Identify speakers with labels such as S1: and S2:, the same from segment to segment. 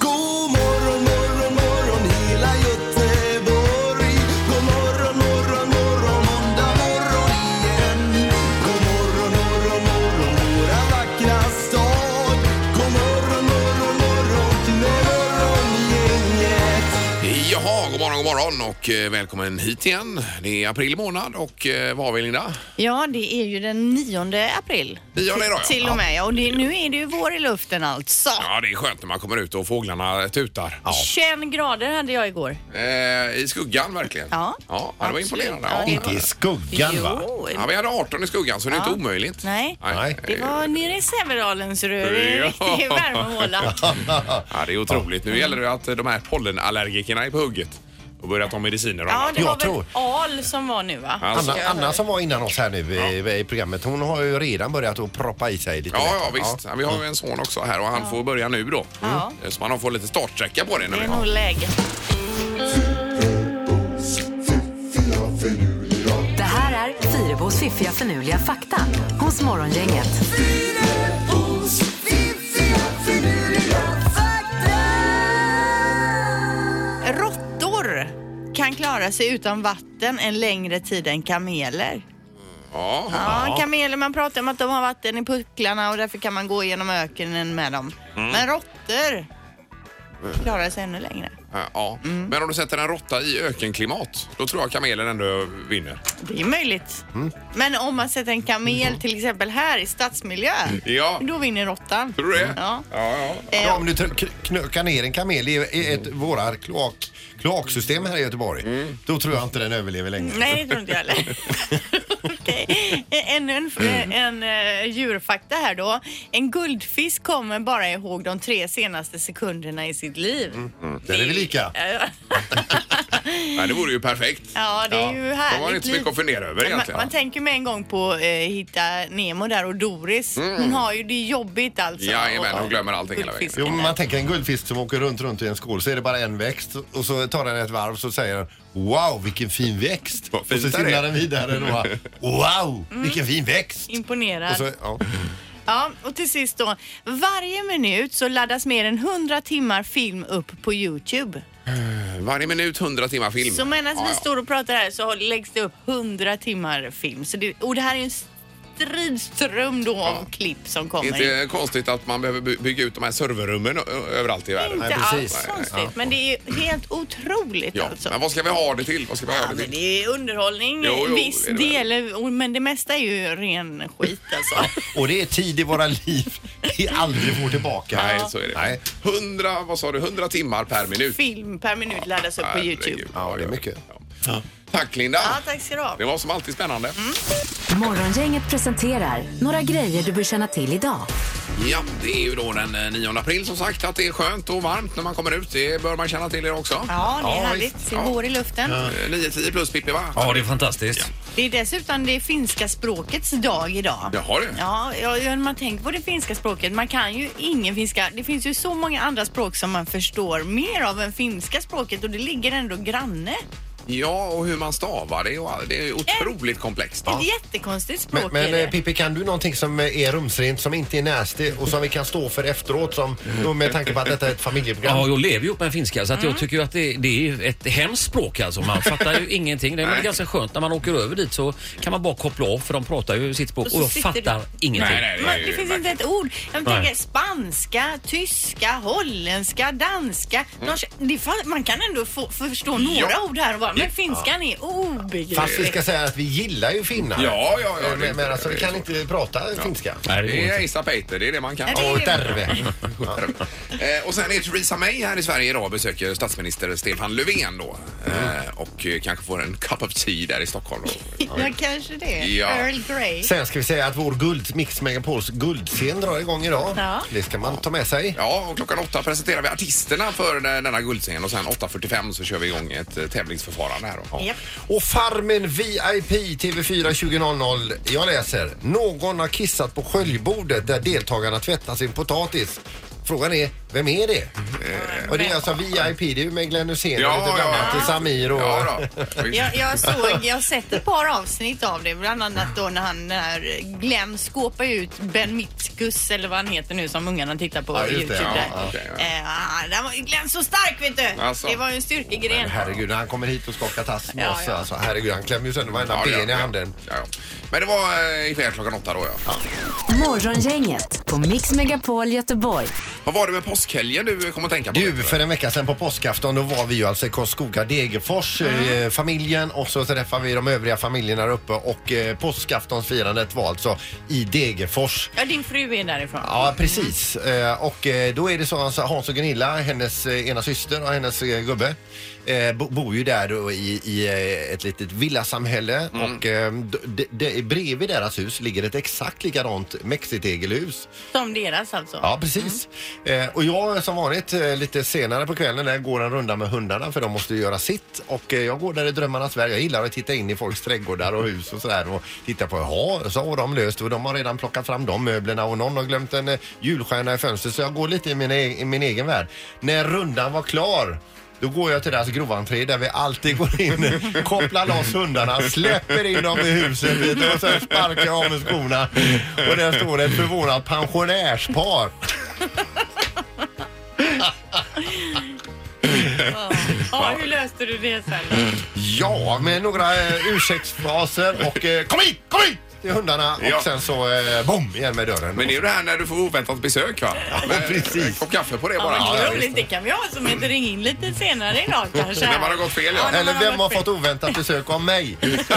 S1: God morgon, morgon, morgon hela Göteborg. God morgon, morgon, morgon måndag morgon igen. God morgon, morgon, morgon våra vackra stad. God morgon, morgon, morgon till morgongänget.
S2: Jaha, god morgon, god morgon och eh, välkommen hit igen. Det är april månad och eh, vad har vi Linda?
S3: Ja, det är ju den 9 april.
S2: Nionde idag ja.
S3: Till och med, ja. Och det, nu är det ju vår i luften alltså.
S2: Ja, det är skönt när man kommer ut och fåglarna tutar.
S3: 21 grader hade jag igår.
S2: Eh, I skuggan verkligen.
S3: Ja.
S2: ja det var
S3: Absolut.
S2: imponerande.
S3: Ja, det
S2: Ja.
S3: var-
S4: I skuggan va?
S3: Jo,
S2: Ja, vi hade 18 i skuggan så det är
S3: Ja.
S2: inte omöjligt.
S3: Nej.
S4: Nej.
S3: Det var nere i Sävedalens rör, en
S2: Eh. Ja.
S3: riktig värmehåla.
S2: Ja, det är otroligt. Nu gäller det att eh, de här pollenallergikerna är på hugget och börjar ta mediciner och
S3: Ja,
S2: annat.
S3: det var
S4: Jag tror-
S3: väl al som var nu va?
S2: Ja.
S4: Anna, Anna som var innan oss här nu i, i programmet, hon har ju redan börjat att proppa i sig lite Mm.
S2: Ja,
S4: lätt.
S2: ja visst. Ja, vi har ju en son också här och han får börja nu då. Mm.
S3: Ja.
S2: Så man får lite startsträcka på det.
S3: Det
S2: När vi
S3: är
S2: kommer.
S3: nog läge.
S5: Det här är Fyrabos fiffiga förnuliga fakta hos Morgongänget.
S1: Fyrabos fiffiga finurliga fakta.
S3: Råttor kan klara sig utan vatten en längre tid än kameler.
S2: Ja.
S3: Ja, kameler man pratar om att de har vatten i pucklarna och därför kan man gå genom öknen med dem.
S2: Mm.
S3: Men råttor klarar sig ännu längre.
S2: Ja, Eh, Ja,
S4: Mm.
S2: men om du sätter en råtta i ökenklimat, då tror jag kamelen ändå vinner.
S3: Det är möjligt.
S2: Mm.
S3: Men om man sätter en kamel till exempel här i stadsmiljö,
S2: Mm. Ja.
S3: då vinner råttan.
S2: Tror du det?
S3: Ja. Eh,
S2: ja, ja.
S4: Ja, om du tr- kn- knökar ner en kamel i, i ett, våra kloak, kloaksystem här i Göteborg,
S2: Mm.
S4: då tror jag inte den överlever längre.
S3: Nej, det tror inte jag heller. Okej. Ännu en,
S2: Mm.
S3: en, eh, djurfakta här då. En guldfisk kommer bara ihåg de tre senaste sekunderna i sitt liv.
S4: Där Mm. är vi lika.
S2: Nej, Mm. det vore ju perfekt.
S3: Ja, det är ju härligt.
S2: Det var inte så mycket att fundera över
S3: man,
S2: egentligen.
S3: man tänker med en gång på eh, Hitta Nemo där och Doris. Hon har ju det jobbigt alltså.
S2: Mm. Jajamän,
S3: Och-
S2: hon glömmer allting hela vägen.
S3: guldfisken
S4: Jo, men
S3: där.
S4: man tänker en guldfisk som åker runt, runt i en skål så är det bara en växt och så tar den ett varv så säger den Wow, vilken fin växt!
S2: Vad
S4: Och så
S2: fint det är.
S4: simlar den vidare och bara Wow,
S3: Mm.
S4: vilken fin växt!
S3: Imponerad.
S4: Och så, ja.
S3: Ja, och till sist då. Varje minut så laddas mer än 100 timmar film upp på Youtube.
S2: Varje minut 100 timmar film.
S3: Så medan
S2: Ja,
S3: vi
S2: ja.
S3: står och pratar här så har- läggs det upp 100 timmar film. Så det, och det här är ju en stridström då av klipp som
S2: Det
S3: kommer.
S2: är inte konstigt att man behöver by- bygga ut de här serverrummen ö- ö- överallt i världen.
S3: inte
S4: Nej, precis.
S3: alls konstigt,
S4: Nej, ja.
S3: men det är helt otroligt
S2: Ja.
S3: alltså.
S2: Men vad ska vi ha det till? Vad ska vi
S3: Ja,
S2: ha det
S3: men
S2: till?
S3: det är underhållning,
S2: Jo, jo,
S3: viss
S2: det är det
S3: del, och- men det mesta är ju ren skit alltså.
S4: Och det är tid i våra liv vi aldrig får tillbaka.
S2: Nej, så är det.
S4: Nej.
S2: 100, vad sa du, 100 timmar per minut.
S3: Film per minut laddas upp på Youtube.
S2: Herregud.
S4: Ja, det är mycket.
S2: Ja. Tack Linda.
S3: Typ. Ja, tack ska du ha. Mm.
S2: Det var som alltid spännande.
S5: Morgongänget presenterar några grejer du bör känna till idag.
S2: Ja, det är ju då den eh, 9 april som sagt att det är skönt och varmt när man kommer ut. Det bör man känna till er också.
S3: Ja, det är
S2: Ja,
S3: härligt. Det är vår i luften.
S2: Eh, 9-10 plus Pippi va?
S6: Ja, det är fantastiskt.
S3: Det är dessutom det finska språkets dag idag.
S2: Jaha du.
S3: Ja, ja, ja, man tänker på det finska språket. Man kan ju ingen finska. Det finns ju så många andra språk som man förstår mer av än finska språket och det ligger ändå granne.
S2: Ja, och hur man stavar det. och all- Det
S3: Eh.
S2: är otroligt komplext.
S3: Ett jättekonstigt
S4: Men,
S3: språk
S4: men
S3: är
S4: eh,
S3: det.
S4: Pippi, kan du någonting som eh, är rumsrent, som inte är nasty och som vi kan stå för efteråt som, då med tanke på att detta är ett familjeprogram?
S6: Ja, jag lever ju upp med en finska så att
S2: Mm.
S6: jag tycker ju att det, det är ett hemskt språk alltså. Man fattar ju ingenting. Det är
S2: Nej.
S6: väl ganska skönt när man åker över dit så kan man bara koppla av för de pratar ju sitt språk
S3: Och
S6: och,
S3: så
S6: jag
S3: sitter
S6: fattar ingenting.
S2: Nej, nej,
S3: Man,
S2: är
S3: det
S2: ju
S3: finns
S2: verkligen-
S3: inte ett ord. Jag
S6: Nej.
S3: tänker spanska, tyska, holländska, danska.
S4: Mm.
S3: norska. Det fan, man kan ändå få, förstå några
S2: Ja.
S3: ord här och bara, men finskan är obegriplig.
S4: Fast vi ska säga att vi gillar ju finnar.
S2: Ja, ja, ja,
S4: Eh,
S2: det är
S4: Men, men
S2: inte-
S4: alltså, vi
S2: det är
S4: kan
S2: så.
S4: inte prata finska.
S6: Nej, det går
S2: Det
S6: inte.
S2: är Asa Peter, det är det man kan.
S3: Ja, det är
S4: Åh, derve.
S2: Eh, och sen är Theresa May här i Sverige idag och besöker statsminister Stefan Löfven då.
S6: Mm.
S2: Eh, och eh, kanske får en cup of tea där i Stockholm. Då.
S3: Ja, kanske det.
S2: Ja.
S3: Earl Grey.
S4: Sen ska vi säga att vår guld, Mix Megapols guldscen drar igång idag.
S3: Ja.
S4: Det ska man ta med sig.
S2: Ja, och klockan åtta presenterar vi artisterna för den- denna guldscen och sen 8.45 så kör vi igång ett eh, sparande här då.
S3: Japp.
S4: Och Farmen VIP TV4 2000. Jag läser. Någon har kissat på sköljbordet där deltagarna tvättar sin potatis. Frågan är, vem är det? Och det är alltså VIP, det är ju med Glenn Hysén
S2: Ja,
S4: och lite
S2: ja.
S4: bland annat och Samir och...
S2: Ja, då. Visst.
S3: Jag, jag såg, jag har sett ett par avsnitt av det, bland annat då när han, när Glenn skåpar ut Ben Mitkus eller vad han heter nu som ungarna tittar på
S4: Ja, just det,
S3: Youtube.
S4: ja,
S3: där.
S4: ja,
S2: okej, ja.
S3: Eh, ah, där var ju Glenn så stark vet du.
S2: Alltså.
S3: Det var ju en
S4: Men
S3: styrkegren.
S4: herregud, när han kommer hit och skakar tass med
S3: Ja,
S4: oss.
S3: ja.
S4: Alltså, herregud, han klämmer ju sönder varenda
S2: Ja, det gör
S4: ben i
S2: jag.
S4: handen.
S2: Ja, ja. Men det var eh, ikväll klockan åtta då ja.
S5: Morgongänget på Mix Megapol Göteborg.
S2: Vad var det med påskhelgen du kom att tänka på?
S4: Du, för en vecka sedan på påskafton då var vi ju alltså i Karlskoga, Degerfors, eh, familjen och så träffade vi de övriga familjerna där uppe och eh, påskaftonsfirandet var alltså i Degerfors.
S3: Ja, din fru är därifrån.
S4: Ja, precis. Eh, Och eh, då är det så att Hans och Gunilla, hennes eh, ena syster och hennes eh, gubbe, eh, bo- bor ju där då i, i eh, ett litet villasamhälle
S2: Mm.
S4: och eh, d- d- d- bredvid deras hus ligger ett exakt likadant mexitegelhus.
S3: Som deras alltså.
S4: Ja, precis. Eh, och jag som vanligt eh, lite senare på kvällen där går en runda med hundarna för de måste ju göra sitt. Och eh, jag går där i drömmarnas värld. Jag gillar att titta in i folks trädgårdar och hus och sådär och titta på, jaha, så har de löst och de har redan plockat fram de möblerna och någon har glömt en eh, julstjärna i fönstret. Så jag går lite i min, e- i min egen värld. När rundan var klar då går jag till deras groventré där vi alltid går in, kopplar loss hundarna, släpper in dem i huset och sen sparkar jag av med skorna. Och där står ett förvånat pensionärspar.
S3: Ja, hur löste du det sen?
S4: Ja, med några eh, ursäktsfraser och eh, kom hit, kom hit! Till hundarna och
S2: Ja.
S4: sen så eh, bom igen med dörren.
S2: Men det är ju det här när du får oväntat besök va?
S4: Ja, precis.
S2: Och kaffe på det
S3: Ja,
S2: bara.
S3: men
S4: Ja,
S3: det
S4: ja,
S3: är roligt. Det kan vi ha som ett ring in lite senare idag kanske.
S2: När man har gått fel, ja.
S3: när
S4: Eller
S3: man
S4: vem har
S3: gått fel.
S4: fått oväntat besök av mig?
S2: Ja,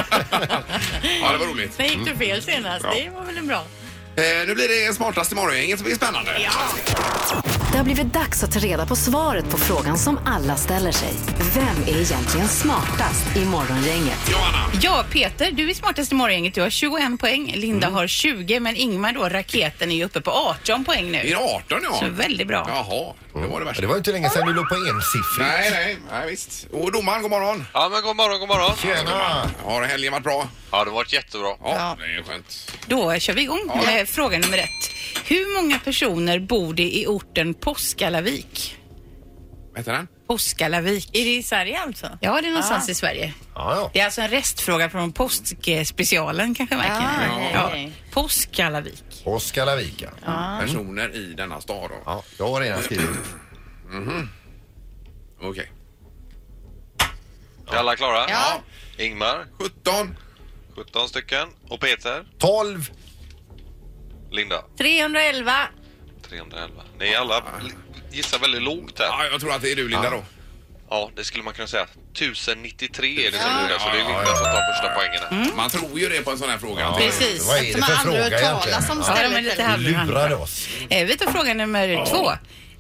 S2: det var roligt.
S3: Sen
S4: Mm.
S3: gick du fel senast.
S2: Ja.
S3: Det var väl en bra.
S2: Eh, nu blir det smartast i morgongänget som blir spännande.
S5: Det har blivit dags att ta reda på svaret på frågan som alla ställer sig. Vem är egentligen smartast i morgongänget?
S2: Johanna.
S3: Ja, Peter, du är smartast i morgongänget. Du har 21 poäng. Linda har 20, men Ingmar då, raketen, är ju uppe på 18 poäng nu.
S2: Är det 18 ja?
S3: Så väldigt bra.
S2: Jaha, det var det värsta.
S4: Det var ju inte länge sedan du låg på ensiffrigt.
S2: Nej, nej, nej visst. Och domaren, god morgon.
S7: Ja, men god morgon, god morgon.
S4: Tjena!
S2: Har helgen varit bra?
S7: Ja, det har varit jättebra.
S2: Ja,
S3: Ja.
S2: det är skönt.
S3: Då kör vi igång med fråga nummer ett. Hur många personer bor det i orten Påskalavik?
S2: Vad heter den?
S3: Påskalavik. Är det i Sverige alltså? Ja, det är någonstans i Sverige.
S4: Ja,
S3: Det är alltså en restfråga från påskspecialen kanske märker ni? Ja. Påskalavik.
S4: ja. Oskar Lavika.
S2: Mm. Personer i denna stad då. Mm-hmm.
S4: Ja, jag har redan skrivit.
S2: Okej.
S7: Är alla klara?
S3: Ja.
S7: Ingmar,
S2: 17.
S7: 17 stycken. Och Peter,
S4: 12.
S7: Linda,
S3: 311.
S7: 311. Ni alla gissar väldigt lågt här.
S2: Ah.
S7: Ah.
S2: Ja, jag tror att det är du Linda då.
S7: Ja, det skulle man kunna säga. 1093 är det som låga, så det är Linda som tar första poängen här.
S2: Man tror ju det på en sån här fråga. att det-
S8: Precis.
S4: Vad är det
S8: Som
S4: för
S8: man aldrig
S4: fråga
S8: hört talas
S4: egentligen?
S8: om
S3: Ja, de är
S8: stället.
S3: lite
S8: eller?
S4: Lurar oss.
S3: Eh, Vi tar fråga nummer två.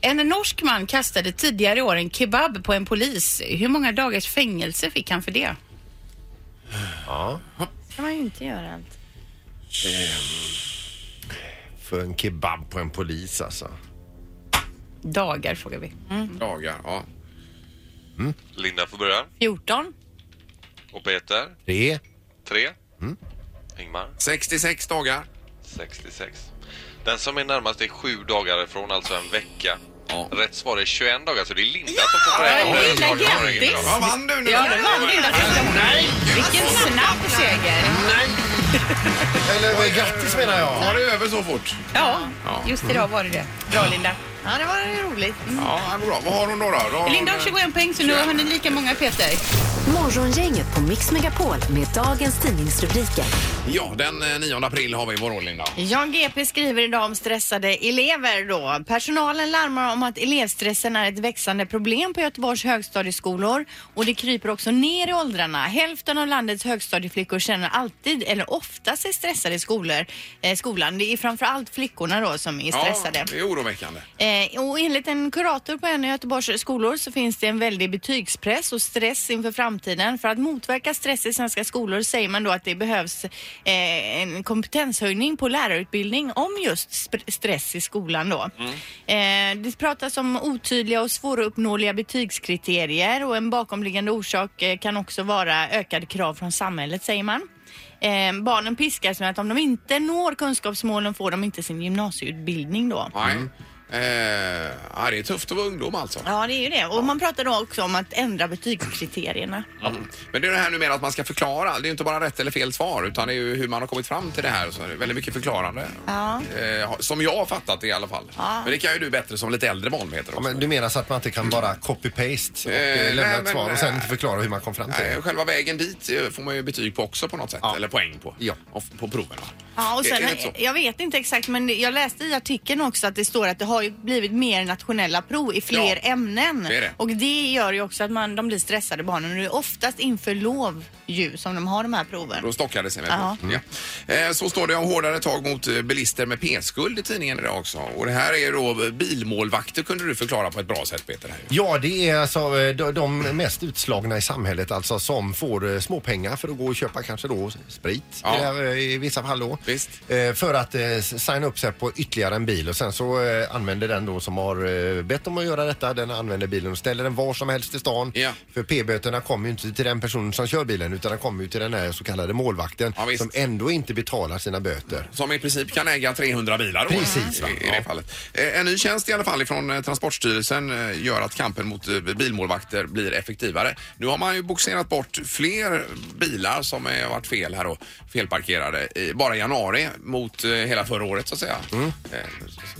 S3: En norsk man kastade tidigare i år en kebab på en polis. Hur många dagars fängelse fick han för det? Ja. kan man ju inte göra allt.
S4: För en kebab på en polis alltså.
S3: Dagar frågar vi.
S2: Dagar, ja.
S7: Linda får börja.
S3: 14.
S7: Och Peter,
S4: Det
S7: 3.
S2: Mm.
S7: Ingmar,
S2: 66 dagar.
S7: 66. Den som är närmast är sju dagar ifrån, alltså en vecka.
S2: Ja.
S7: Rätt svar är 21 dagar, så det är Linda som får poäng.
S3: Ja, Linda, grattis!
S2: Vad vann du nu?
S3: Ja, det vann Linda. Nej! Vilken snabb seger!
S2: eh,
S4: Eller grattis menar jag.
S2: Var det över så fort? Mm.
S3: Ja, just idag var det det. Bra Linda. Ja, det var roligt. Mm.
S2: Ja, det går bra. Vad har hon då? då? då har
S3: Linda har
S2: hon, eh,
S3: 21 poäng så nu har ni lika många Peter.
S5: Morgongänget på Mix Megapol med dagens tidningsrubriker.
S2: Ja, den eh, 9 april har vi vår roll, Linda.
S8: Jan GP skriver idag om stressade elever då. Personalen larmar om att elevstressen är ett växande problem på Göteborgs högstadieskolor och det kryper också ner i åldrarna. Hälften av landets högstadieflickor känner alltid eller ofta sig stressade i skolor, eh, skolan. Det är framförallt flickorna då som är stressade.
S2: Ja, det är oroväckande.
S8: Eh,
S3: Eh, och enligt en kurator på en av Göteborgs skolor så finns det en väldig betygspress och stress inför framtiden. För att motverka stress i svenska skolor säger man då att det behövs eh, en kompetenshöjning på lärarutbildning om just sp- stress i skolan då. Eh, det pratas om otydliga och svåruppnåeliga betygskriterier och en bakomliggande orsak eh, kan också vara ökade krav från samhället säger man. Eh, barnen piskas med att om de inte når kunskapsmålen får de inte sin gymnasieutbildning då.
S2: Nej.
S4: Mm.
S2: Eh, ja, det är tufft att vara ungdom alltså.
S3: Ja, det är ju det. Och man pratar då också om att ändra betygskriterierna.
S2: Mm. Men det är det här nu med att man ska förklara. Det är ju inte bara rätt eller fel svar utan det är ju hur man har kommit fram till det här. Så det är väldigt mycket förklarande.
S3: Ja.
S2: Eh, som jag har fattat det i alla fall.
S3: Ja.
S2: Men det kan ju du bättre som lite äldre valmeter också.
S4: Men du menar så att man inte kan bara copy-paste och
S2: Eh,
S4: eh, lämna
S2: nej,
S4: ett
S2: men-
S4: svar och sen inte förklara hur man kom fram till
S2: Nej,
S4: det?
S2: själva vägen dit eh, får man ju betyg på också på något sätt. Eller poäng på.
S4: Ja.
S2: Och f- På proven. va?
S3: Ja, och
S2: Är-
S3: sen,
S2: är det så?
S3: jag vet inte exakt men jag läste i artikeln också att det står att det har ju blivit mer nationella prov i fler
S2: Ja,
S3: ämnen.
S2: det är det.
S3: Och det gör ju också att man, de blir stressade barnen och det är oftast inför lov ju som de har de här proven.
S2: Då stockar det sig väl.
S3: Ja.
S4: Mm.
S2: Ja. Eh, Så står det om hårdare tag mot eh, bilister med p-skuld i tidningen idag också. Och det här är ju då eh, bilmålvakter kunde du förklara på ett bra sätt Peter. Här.
S4: Ja, det är alltså eh, de- de mest utslagna i samhället alltså som får eh, småpengar för att gå och köpa kanske då sprit
S2: Ja.
S4: i det här, eh, i vissa fall då.
S2: Visst.
S4: Eh, För att eh, signa upp sig på ytterligare en bil och sen så eh, använder den då som har eh, bett om att göra detta, den använder bilen och ställer den var som helst i stan.
S2: Ja.
S4: För p-böterna kommer ju inte till den personen som kör bilen utan de kommer ju till den här så kallade målvakten
S2: Ja, visst.
S4: som ändå inte betalar sina böter.
S2: Som i princip kan äga 300 bilar då,
S4: Precis, va?
S2: i, i det
S4: Ja.
S2: fallet. Eh, En ny tjänst i alla fall från Transportstyrelsen eh, gör att kampen mot eh, bilmålvakter blir effektivare. Nu har man ju boxerat bort fler bilar som eh, har varit fel här och felparkerade i, bara i januari mot eh, hela förra året så att säga. Mm.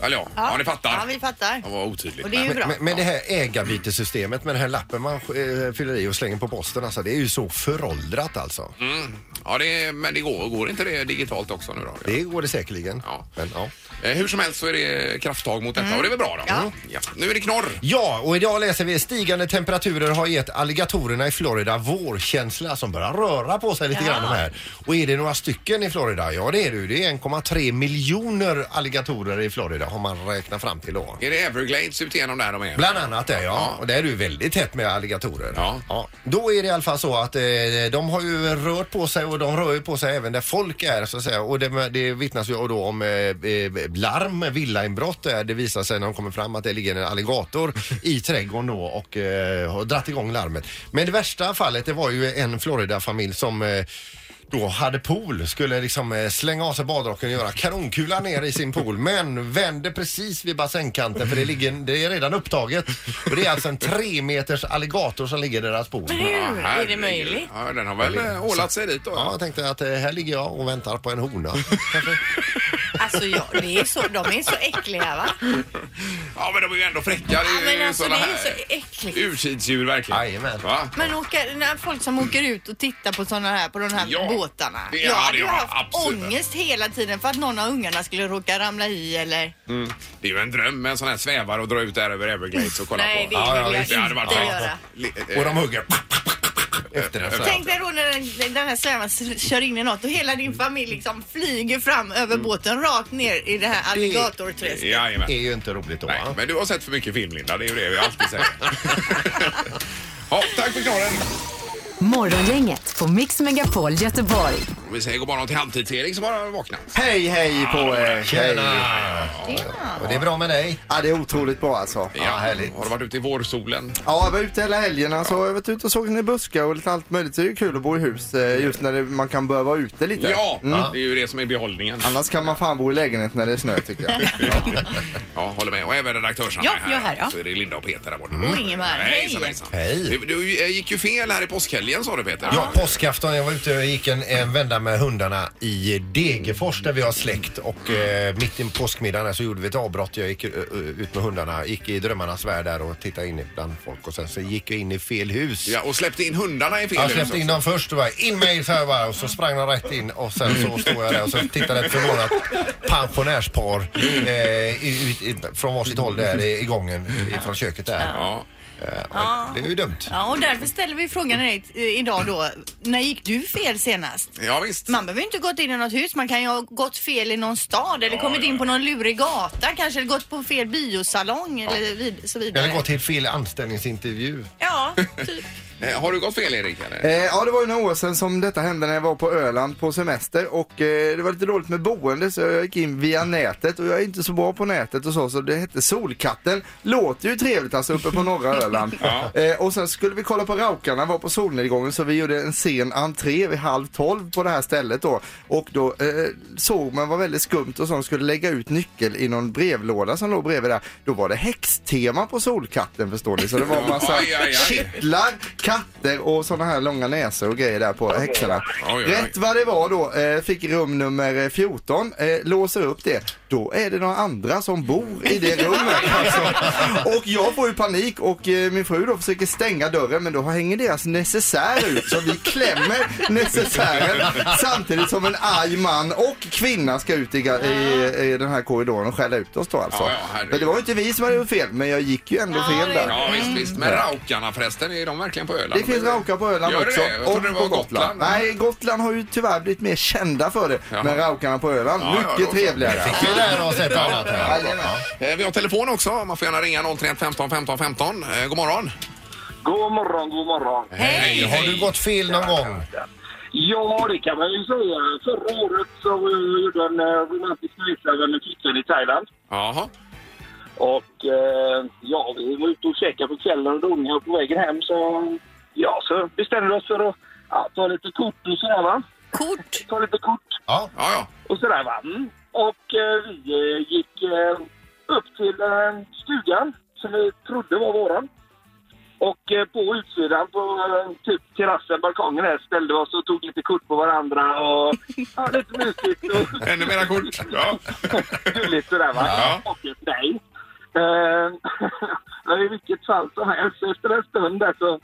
S2: Eller ja, ja. ni fattar.
S3: Ja, vi fattar.
S2: Det var otydligt.
S3: Och det är ju
S2: men-
S3: bra.
S4: Men, men det här ägarbytesystemet med den här lappen man eh, fyller i och slänger på posten, alltså, det är ju så föråldrat alltså.
S2: Mm. Ja, det, men det går, går inte det digitalt också nu då?
S4: Det går det säkerligen.
S2: Ja.
S4: Men, ja.
S2: Eh, Hur som helst så är det krafttag mot detta och det är väl bra då?
S3: Mm. Ja.
S2: Ja. Nu är det knorr.
S4: ja, och idag läser vi stigande temperaturer har gett alligatorerna i Florida vårkänsla som börjar röra på sig lite
S3: Ja.
S4: grann de här. Och är det några stycken i Florida? Ja, det är det ju. Det är 1,3 miljoner alligatorer i Florida har man räknat fram till då.
S2: Är det Everglades ut igenom där de är?
S4: Bland annat det ja. Och där är du väldigt tätt med alligatorer.
S2: Ja.
S4: Då är det i alla fall så att eh, de har ju rört på sig och de rör ju på sig även där folk är så att säga. Och det, det vittnas ju då om eh, eh, larm, villainbrott där det visar sig när de kommer fram att det ligger en alligator i trädgården då och eh, har dragit igång larmet. Men det värsta fallet det var ju en Florida-familj som eh, då hade pool, skulle liksom eh, slänga av sig badrocken och göra kanonkula ner i sin pool men vände precis vid bassängkanten för det, ligger, det är redan upptaget. Och det är alltså en tre meters alligator som ligger i deras pool.
S3: Hur är det
S2: herregud.
S3: möjligt?
S2: Ja, den har väl eh, ålat sig dit då.
S4: Ja, jag tänkte att eh, här ligger jag och väntar på en hona.
S3: Alltså ja, det är så, de är så äckliga va?
S2: Ja, men de är ju ändå fräcka. Det
S3: Ja,
S2: är ju
S3: men alltså det
S2: såna
S3: är ju så
S2: här
S3: äckligt.
S2: urtidsdjur verkligen.
S4: Jajamän.
S2: Va?
S3: Men åka, när folk som åker ut och tittar på sådana här, på de här
S2: Ja,
S3: båtarna.
S2: det
S3: jag
S2: hade
S3: hade ju
S2: jag
S3: haft
S2: absolut.
S3: ångest hela tiden för att någon av ungarna skulle råka ramla i eller...
S2: Mm. Det är ju en dröm med en sån här svävare och dra ut där över Everglades och kolla
S3: Nej,
S2: på.
S3: det vill jag
S2: visst, det hade varit
S3: inte
S2: fräckt.
S3: göra.
S2: Li- eh,
S4: Och de hugger efter den. så här.
S3: Tänk dig då när den, den här svävaren s- kör in i något och hela din familj liksom flyger fram
S2: Mm.
S3: över båten rakt ner i det här alligatorträsket.
S2: Jajamän.
S4: Det är ju inte roligt då.
S2: Nej,
S4: va?
S2: men du har sett för mycket film, Linda. Det är ju det vi alltid säger. ja, tack för knorren.
S5: Morgongänget på Mix Megapol Göteborg.
S2: Och Vi säger god morgon till halvtids-Erik som har vaknat.
S9: Hej, hej på er! Hej.
S4: Eh, Och det är bra med dig.
S9: Ja, det är otroligt bra alltså.
S2: Ja, härligt. Har du varit ute i vårsolen?
S9: Ja, jag var ute hela helgen alltså. Jag har varit ute och såg lite buskar och lite allt möjligt. Så det är ju kul att bo i hus eh, just när det, man kan börja vara ute lite.
S2: Ja,
S9: Mm.
S2: det är ju det som är behållningen.
S9: Annars kan man fan bo i lägenhet när det är snö tycker jag.
S2: Ja, håller med. Och även redaktörsarna
S3: Ja,
S2: är här.
S3: jag är här, ja.
S2: Så är det Linda och Peter där borta.
S3: Och Ingemar,
S2: Hejsan,
S3: hej!
S2: hejsan.
S4: Hej.
S2: Du, du eh, gick ju fel här i påskhelgen sa du Peter.
S4: Ja, påskafton. Jag var ute och gick en, en vända med hundarna i Degerfors där vi har släkt och eh, mitt i påskmiddagen här så gjorde vi ett avbrott. Jag gick eh, ut med hundarna, gick i drömmarnas värld där och tittade in bland folk och sen så gick jag in i fel hus.
S2: Ja, och släppte in hundarna i fel
S4: Jag
S2: hus
S4: släppte in
S2: också.
S4: dem först och bara in med er så här bara, och så sprang de rätt in och sen så stod jag där och så tittade ett förvånat pensionärspar eh, i- ut- i- från varsitt håll där i i gången i- från köket där.
S2: Ja.
S3: Ja.
S4: Det är ju dumt.
S3: Ja, och därför ställer vi frågan till dig eh, idag då. När gick du fel senast?
S2: Ja, visst.
S3: Man behöver ju inte gått in i något hus. Man kan ju ha gått fel i någon stad eller kommit in på någon lurig gata kanske. Eller gått på fel biosalong eller vid, så vidare.
S4: Eller gå till fel anställningsintervju.
S3: Ja,
S2: Eh, Har du gått fel Erik? Eller?
S9: Eh, ja, det var ju några år sedan som detta hände när jag var på Öland på semester och eh, det var lite dåligt med boende så jag gick in via nätet och jag är inte så bra på nätet och så, så det hette Solkatten. Låter ju trevligt alltså uppe på norra Öland. eh, och sen skulle vi kolla på Raukarna, var på solnedgången så vi gjorde en sen entré vid halv tolv på det här stället då och då eh, såg man var väldigt skumt och så de skulle lägga ut nyckel i någon brevlåda som låg bredvid där. Då var det häxtema på Solkatten förstår ni, så det var en massa
S2: Aj, aj, aj.
S9: kittlar, katter och sådana här långa näsor och grejer där på häxorna.
S2: oj, oj.
S9: Rätt vad det var då, eh, fick rum nummer eh, 14, eh, låser upp det. Då är det några andra som bor i det rummet. Alltså. Och jag får ju panik och eh, min fru då försöker stänga dörren men då hänger deras necessär ut så vi klämmer necessären samtidigt som en arg man och kvinna ska ut i, ga- i, i den här korridoren och skälla ut oss då alltså.
S2: Ja, ja, herregud.
S9: men det var ju inte vi som hade gjort fel men jag gick ju ändå fel där. Mm.
S2: Ja, visst, visst. Men Raukarna förresten, är de verkligen på Öland?
S9: Det finns raukar på Öland
S2: Gör det
S9: också.
S2: det? Jag
S9: Och
S2: trodde det
S9: på
S2: var
S9: Gotland.
S2: Gotland.
S9: Nej, Gotland har ju tyvärr blivit mer kända för det.
S2: Jaha.
S9: Men raukarna på Öland,
S2: Ja, ja,
S9: mycket
S2: då så.
S9: trevligare.
S4: Fick vi lära oss ett annat här.
S9: Jajamän.
S2: Eh, Vi har telefon också. Man får gärna ringa 031 15 15 15. Eh, God morgon.
S10: God morgon, god morgon.
S2: Hej!
S4: Har du gått fel någon gång?
S10: Ja, det kan man ju säga. Förra året så eh, gjorde jag en eh, romantisk resa med min flickvän i Thailand.
S2: Jaha.
S10: Och eh, ja, vi var ute och käkade på kvällen och unga och på vägen hem så ja, så bestämde vi oss för att ja, ta lite kort och sådär va.
S3: Kort?
S10: Ta lite kort
S4: Ja.
S2: Ja, ja.
S10: och sådär va. Mm. Och eh, vi eh, gick eh, upp till eh, stugan som vi trodde var våran. Och eh, på utsidan på eh, typ terrassen, balkongen här ställde vi oss och tog lite kort på varandra och ja, lite mysigt och
S2: Ännu mera kort. Ja.
S10: gulligt sådär va.
S2: Ja.
S10: Och ett nej. Eh, men I vilket fall som helst, efter en stund där så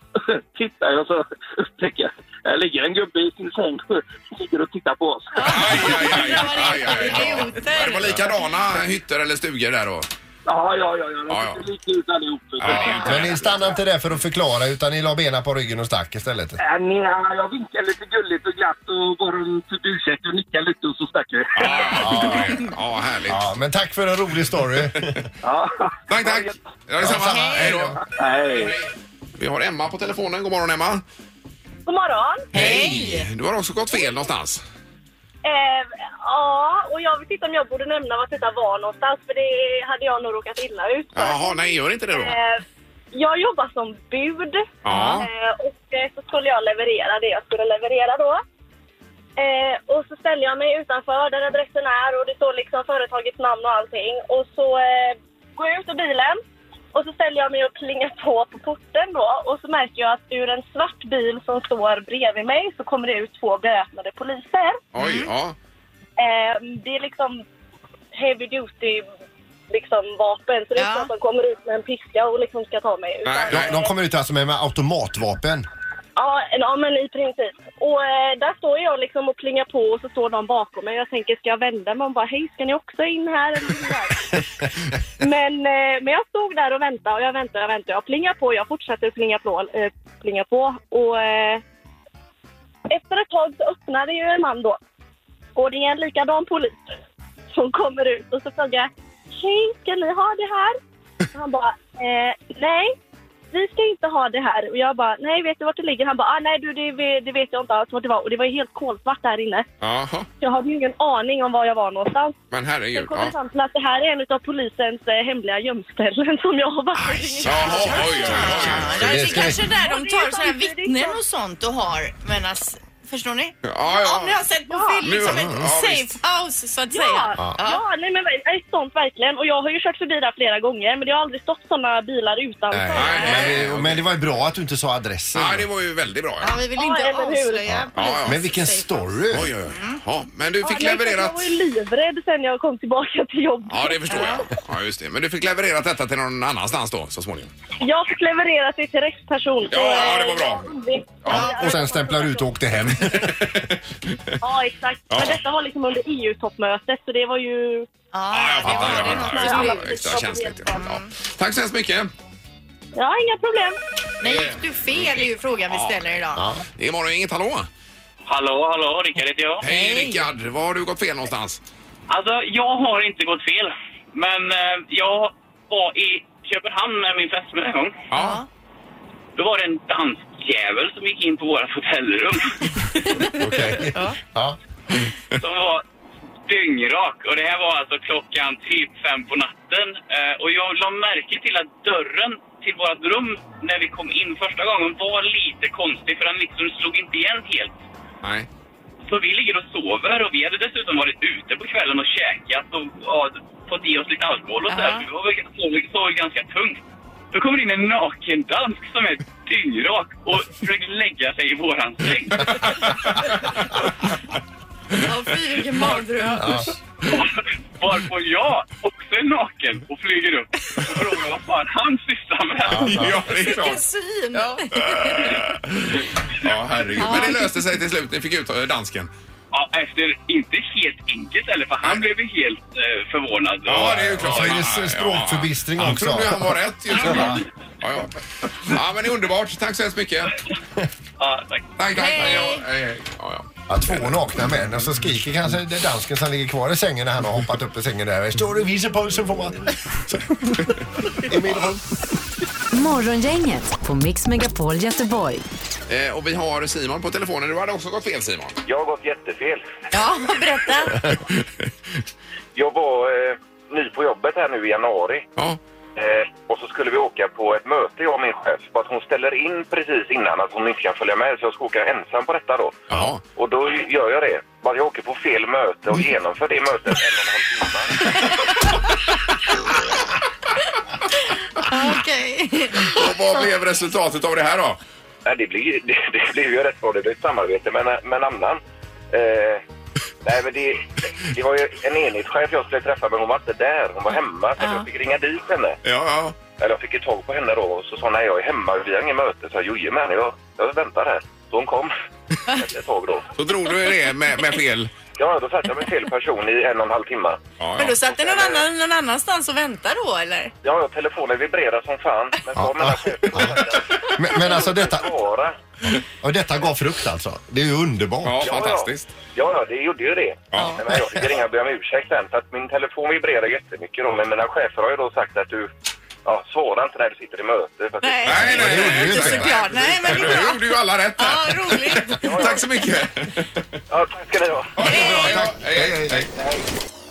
S10: tittar jag och så upptäcker jag här ligger en gubbe i sin säng och ligger och tittar på oss.
S2: Aj, aj, aj.
S3: Det var
S2: aj, aj, aj.
S3: idioter.
S2: Det var likadana hytter eller stugor där då.
S10: Ja, ja, ja. ja.
S2: Ja, ja.
S10: De ser lika ut allihop.
S2: Ja,
S4: Men ni stannade inte där för att förklara utan ni la benen på ryggen och stack istället?
S10: Ja, nej, Äh, ja, jag vinkade lite gulligt och glatt och bara typ ursäkta och nickade lite och så stack vi.
S2: Ja, ja, härligt.
S4: Ja, men tack för en rolig story.
S10: Ja.
S2: Tack, tack. Ja, detsamma.
S4: Ja,
S2: Hej då.
S10: Nej.
S2: Vi har Emma på telefonen. God morgon, Emma.
S11: God morgon.
S2: Hej! Du har också gått fel någonstans.
S11: Eh, ja, och jag vet inte om jag borde nämna vart detta var någonstans för det hade jag nog råkat illa ut för.
S2: Jaha, nej, gör inte det då.
S11: Eh, jag jobbar som bud
S2: Ja.
S11: eh, och eh, så skulle jag leverera det jag skulle leverera då. Eh, och så ställer jag mig utanför där adressen är och det står liksom företagets namn och allting. Och så eh, går jag ut ur bilen och så ställer jag mig och klingar på på porten då och så märker jag att ur en svart bil som står bredvid mig så kommer det ut två beväpnade poliser.
S2: Oj, ja.
S11: Eh, det är liksom heavy duty liksom vapen. Så det är inte så att de kommer ut med en piska och liksom ska ta mig. Utan,
S2: Nej,
S4: De, de kommer ut alltså med, med automatvapen.
S11: Ja, en- ja, men i princip. Och eh, där står jag liksom och plingar på och så står de bakom mig. Jag tänker, ska jag vända mig? Och bara, hej, ska ni också in här? Eller hur är det? men, eh, men jag stod där och väntade och jag väntade och jag väntade. Jag plingade på, jag fortsatte att plinga på. Eh, plinga på och eh, efter ett tag så öppnade ju en man då. Och det är en likadan polis som kommer ut och så frågar jag, hej, ska ni ha det här? Och han bara, eh, nej, vi ska inte ha det här. Och jag bara, nej vet du vart det ligger? Han bara, ah, nej du det, ve- det vet jag inte alls vart det var. Och det var ju helt kolsvart där inne.
S2: Jaha,
S11: Jag hade ju ingen aning om var jag var någonstans.
S2: men
S11: Sen
S2: herregud.
S11: kom jag
S2: Ja.
S11: fram till att det här är en av polisens eh, hemliga gömställen som jag har varit på.
S2: Jaha, oj, oj, oj.
S3: Ja, det
S4: Det
S3: är
S4: ska-
S3: kanske där
S11: Och
S3: de
S11: det
S3: tar
S11: är
S3: såna här
S11: faktiskt- det är
S3: vittnen
S11: klart.
S3: och sånt och har. Menas, förstår ni?
S2: Ja,
S3: Om ni
S2: ja.
S3: har sett på film,
S2: Nu-
S3: liksom ett
S2: ja,
S3: safe
S2: visst.
S3: house så att
S11: Ja,
S3: säga.
S11: ja. nej men ver- nej, sånt verkligen. Och jag har ju kört förbi där flera gånger men det har aldrig stått sådana bilar utanför.
S4: Nej,
S2: Nej,
S4: men, men det var ju bra att du inte sa adressen.
S2: Ja, det var ju väldigt bra.
S3: Ja,
S2: Ja.
S3: vi vill
S11: Ja,
S3: inte
S11: eller hur?
S3: avslöja.
S2: Ja, ja.
S4: Men vilken story!
S2: Oj, oj, oj. Ja, men du
S11: Ja,
S2: fick
S11: nej, så
S2: levererat...
S11: Jag var ju livrädd sen jag kom tillbaka till jobbet.
S2: Ja, det förstår jag. Ja, just det. Men du fick levererat detta till någon annanstans då, så småningom.
S11: Jag fick leverera det till rätt person.
S2: Ja, ja, det var bra.
S4: Ja, och sen stämplar du ut och åkte hem.
S11: Ja, exakt.
S2: Ja.
S11: Men detta var liksom under EU-toppmötet så det var ju...
S2: Ja, jag
S3: det var
S2: fattar.
S3: det
S2: Ja,
S3: någonstans.
S2: ja, just det.
S11: alla
S2: Det var Extra
S11: politiska
S2: känsligt. Ja.
S11: problem.
S2: Ja. Tack så hemskt mycket.
S11: Ja, inga problem.
S3: Nej, gick du fel är ju frågan vi ställer idag.
S2: Ja. Det är morgon, inget hallå?
S12: Hallå, hallå, Rickard heter jag.
S2: Hej Rickard, var har du gått fel någonstans?
S12: Alltså, jag har inte gått fel. Men eh, jag var i Köpenhamn med min fästmö en gång.
S2: Ja.
S12: Då var det en dansjävel som gick in på vårt hotellrum.
S4: Okej. Ja.
S12: som var dyngrak. Och det här var alltså klockan typ fem på natten. Eh, och jag la märke till att dörren till vårt rum när vi kom in första gången var lite konstig för den liksom slog inte igen helt.
S2: Nej.
S12: Så vi ligger och sover och vi hade dessutom varit ute på kvällen och käkat och ja, fått i oss lite alkohol och sådär.
S3: Ja.
S12: Så vi var väl- sov- sov ganska tungt. Då kommer det in en naken dansk som är dyngrak och försöker lägga sig i våran säng.
S3: Åh fy vilken mardröm.
S12: Varpå jag också är naken och flyger upp och frågar vad fan han sysslar med.
S2: Ja, det är
S3: Vilken
S2: klart.
S3: syn.
S2: Ja, herregud. Men det löste sig till slut. Ni fick ut eh, dansken.
S12: Ja, efter inte helt enkelt eller för han blev ju helt eh, förvånad.
S2: Ja, det är ju klart.
S4: Så är det språkförbistring
S2: Han
S4: också.
S2: trodde ju han var rätt ju. Ja, ja. ja, men det är underbart. Tack så hemskt mycket.
S12: Ja, tack.
S2: Tack, tack.
S4: Hej.
S2: Ja, hej. Ja, ja.
S4: Ja, två nakna män och så skriker kanske det är dansken som ligger kvar i sängen när han har hoppat upp i sängen där. Står du och visar pulsen får man. Emil Holm.
S5: Morgongänget på Mix Megapol Göteborg.
S2: Eh, Och vi har Simon på telefonen. Du hade också gått fel Simon.
S13: Jag har gått jättefel.
S3: Ja, berätta.
S13: Jag var eh, ny på jobbet här nu i januari. Eh, och så skulle vi åka på ett möte, jag och min chef. Bara att hon ställer in precis innan att hon inte kan följa med. Så jag ska åka ensam på detta då. Och då gör jag det. Bara jag åker på fel möte och genomför det mötet en och en halv timme.
S3: Okej.
S2: Och vad blev resultatet av det här då?
S13: Nej, det blev det, det blir ju rätt bra. Det blev ett samarbete med, med en annan. Eh, nej, men det, det var ju en enhetschef jag skulle träffa, men hon var inte där. Hon var hemma, så jag fick ringa dit henne.
S2: Ja, ja.
S13: Eller jag fick ju tag på henne då och så sa hon nej, jag är hemma, vi har inget möte. Så jag, jojomen, jag, jag väntar här. Så hon kom efter ett tag då.
S2: Så drog du det med, med fel?
S13: Ja, då satt jag med fel person i en och en halv timme.
S3: Men då satt det någon, annan, någon annanstans och väntade då eller?
S13: Ja, ja, telefonen vibrerar som fan. Men så har man
S4: Men, men alltså detta...
S13: Bara.
S4: Och detta gav frukt alltså. Det är ju underbart.
S13: Ja, ja, det gjorde ju det. Nej, Men jag fick ringa och be om ursäkt sen för att min telefon vibrerar jättemycket då. Men mina chefer har ju då sagt att du ja, svarar inte när du sitter i möte. För att nej,
S2: nej, nej,
S13: det
S2: gjorde
S13: ju
S2: inte
S3: såklart. Nej, men det är
S2: bra. gjorde ju alla rätt här.
S3: Ja, roligt.
S2: Tack så mycket.
S13: Ja, tack ska ni ha.
S2: Hej, hej, hej.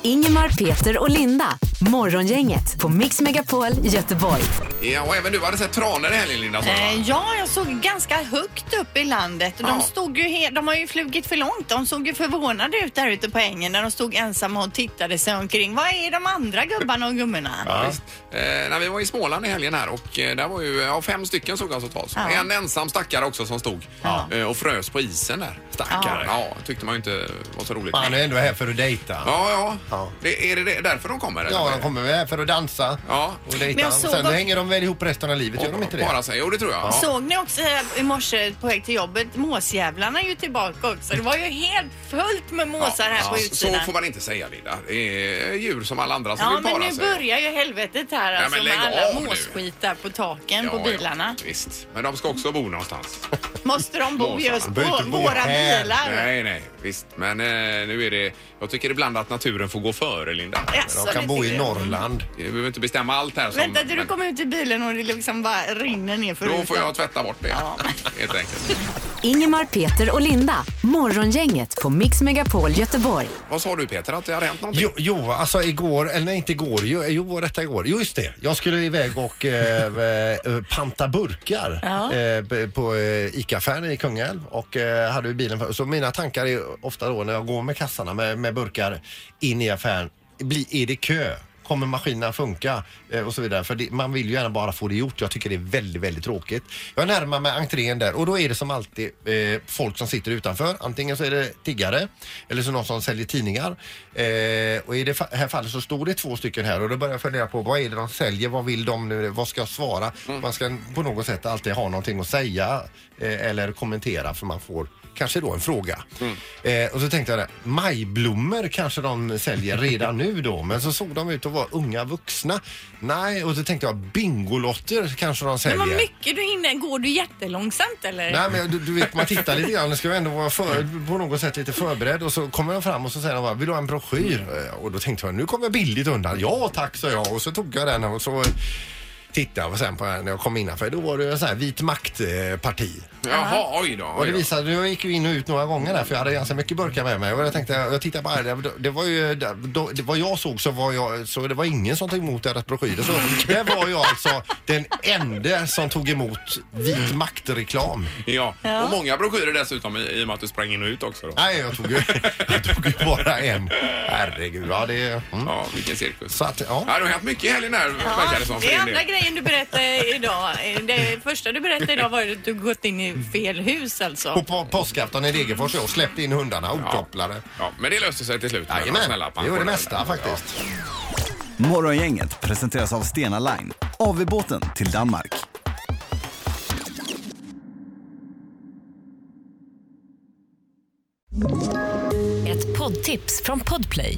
S5: Ingemar, Peter och Linda. Morgongänget på Mix Megapol Göteborg.
S2: Ja, och även du hade sett tranor i helgen Linda. sa du, va?
S3: Eh, Ja, jag såg ganska högt upp i landet. Och de, stod ju he- de har ju flugit för långt. De såg ju förvånade ut där ute på ängen när de stod ensamma och tittade sig omkring. Vad är de andra gubbarna och gummorna?
S2: Ja. visst. Eh, när vi var i Småland i helgen här och eh, där var ju ja, fem stycken såg jag alltså totalt.
S3: Ja.
S2: En ensam stackare också som stod eh, och frös på isen där. Stackare. Ja. tyckte man ju inte var så roligt.
S4: Han är ändå här för att dejta.
S2: Ja, ja. Det, är det, det därför de kommer?
S4: Ja, de kommer väl här för att dansa
S2: Ja.
S4: och
S3: Men
S4: dejta.
S3: jag såg
S4: Sen
S3: att-
S4: hänger de väl ihop resten av livet, gör de inte det?
S2: Bara sig, jo det tror jag. Ja.
S3: Såg ni också här i morse på väg till jobbet, måsjävlarna är ju tillbaka också. Det var ju helt fullt med måsar här på utsidan.
S2: Så får man inte säga Linda. Det är djur som alla andra som
S3: Ja,
S2: vill
S3: men
S2: para
S3: nu
S2: sig.
S3: börjar ju helvetet här
S2: Nej,
S3: alltså
S2: men
S3: med
S2: lägg
S3: alla
S2: av nu.
S3: måsskit där på taken
S2: Ja,
S3: på bilarna.
S2: Ja, visst, men de ska också bo någonstans.
S3: Måste de bo
S2: Måsarna.
S3: just på våra bilar?
S2: Nej, nej, visst. Men eh, nu är det... Jag tycker ibland att naturen får gå före, Linda.
S3: Jaså, De kan det bo i tycker du?
S4: Norrland.
S2: Vi behöver inte bestämma allt här. Som,
S3: Vänta till du
S2: men
S3: kommer ut i bilen och det liksom bara rinner ner för
S2: då
S3: rutan.
S2: får jag tvätta bort det, helt enkelt.
S5: Ingemar, Peter och Linda. Morgongänget på Mix Megapol Göteborg.
S2: Vad sa du Peter, att det hade hänt någonting?
S4: Jo, jo, alltså igår, eller nej inte igår, jo, jo var detta igår. Jo just det, jag skulle iväg och eh, eh, panta burkar
S1: Ja.
S4: eh, b- på eh, ICA-affären i Kungälv och eh, hade ju bilen för, Så mina tankar är ofta då när jag går med kassarna med, med burkar in i affären, bli, är det kö? Kommer maskinerna funka? Eh, och så vidare. För det, man vill ju gärna bara få det gjort. Jag tycker det är väldigt, väldigt tråkigt. Jag närmar mig entrén där och då är det som alltid eh, folk som sitter utanför. Antingen så är det tiggare eller så någon som säljer tidningar. Eh, och i det fa- här fallet så stod det två stycken här och då började jag fundera på vad är det de säljer? Vad vill de nu? Vad ska jag svara? Man ska på något sätt alltid ha någonting att säga eh, eller kommentera för man får kanske då en fråga.
S2: Mm.
S4: Eh, och så tänkte jag det, majblommor kanske de säljer redan nu då, men så såg de ut att vara unga vuxna. Nej, och så tänkte jag bingolotter kanske de
S3: Men
S4: säljer.
S3: vad mycket du hinner. Går du jättelångsamt eller?
S4: Nej men du, du vet man tittar lite grann, det ska ju ändå vara för, på något sätt lite förberedd och så kommer de fram och så säger de bara, vill du ha en broschyr? Eh, Och då tänkte jag, nu kommer jag billigt undan. Ja tack sa jag och så tog jag den och så tittade jag sen på den när jag kom innanför. Då var det en sån här vit maktparti.
S2: Jaha, oj då.
S4: Och det visade, jag gick ju in och ut några gånger där för jag hade ganska mycket burkar med mig och jag tänkte, jag tittade bara, det, det var ju, då- det, vad jag såg så var jag, så det var ingen som tog emot deras broschyrer. Så där var jag alltså den enda som tog emot vit maktreklam.
S2: Ja.
S4: Ja.
S2: och många broschyrer dessutom i, i och med att du sprang in och ut också. Då.
S4: Nej, jag tog ju, jag tog ju bara en. Herregud, ja det... Mm.
S2: Ja, vilken cirkus.
S4: Så att, ja.
S2: Ja, det har hänt mycket i helgen här, verkar det som. för
S3: Ja, det är
S2: din
S3: andra
S2: del.
S3: grejen du berättade idag. Det första du berättade idag var ju att du gått in i fel hus alltså.
S4: På, på påskafton i Degerfors jag släppte in hundarna, otopplade.
S2: Ja, men det löste sig till slut.
S4: Jajamän,
S2: Snälla
S4: det gjorde det
S2: pensionärer.
S4: mesta faktiskt.
S14: Morgongänget presenteras av Stena Line, AV-båten till Danmark.
S15: Ett poddtips från Podplay.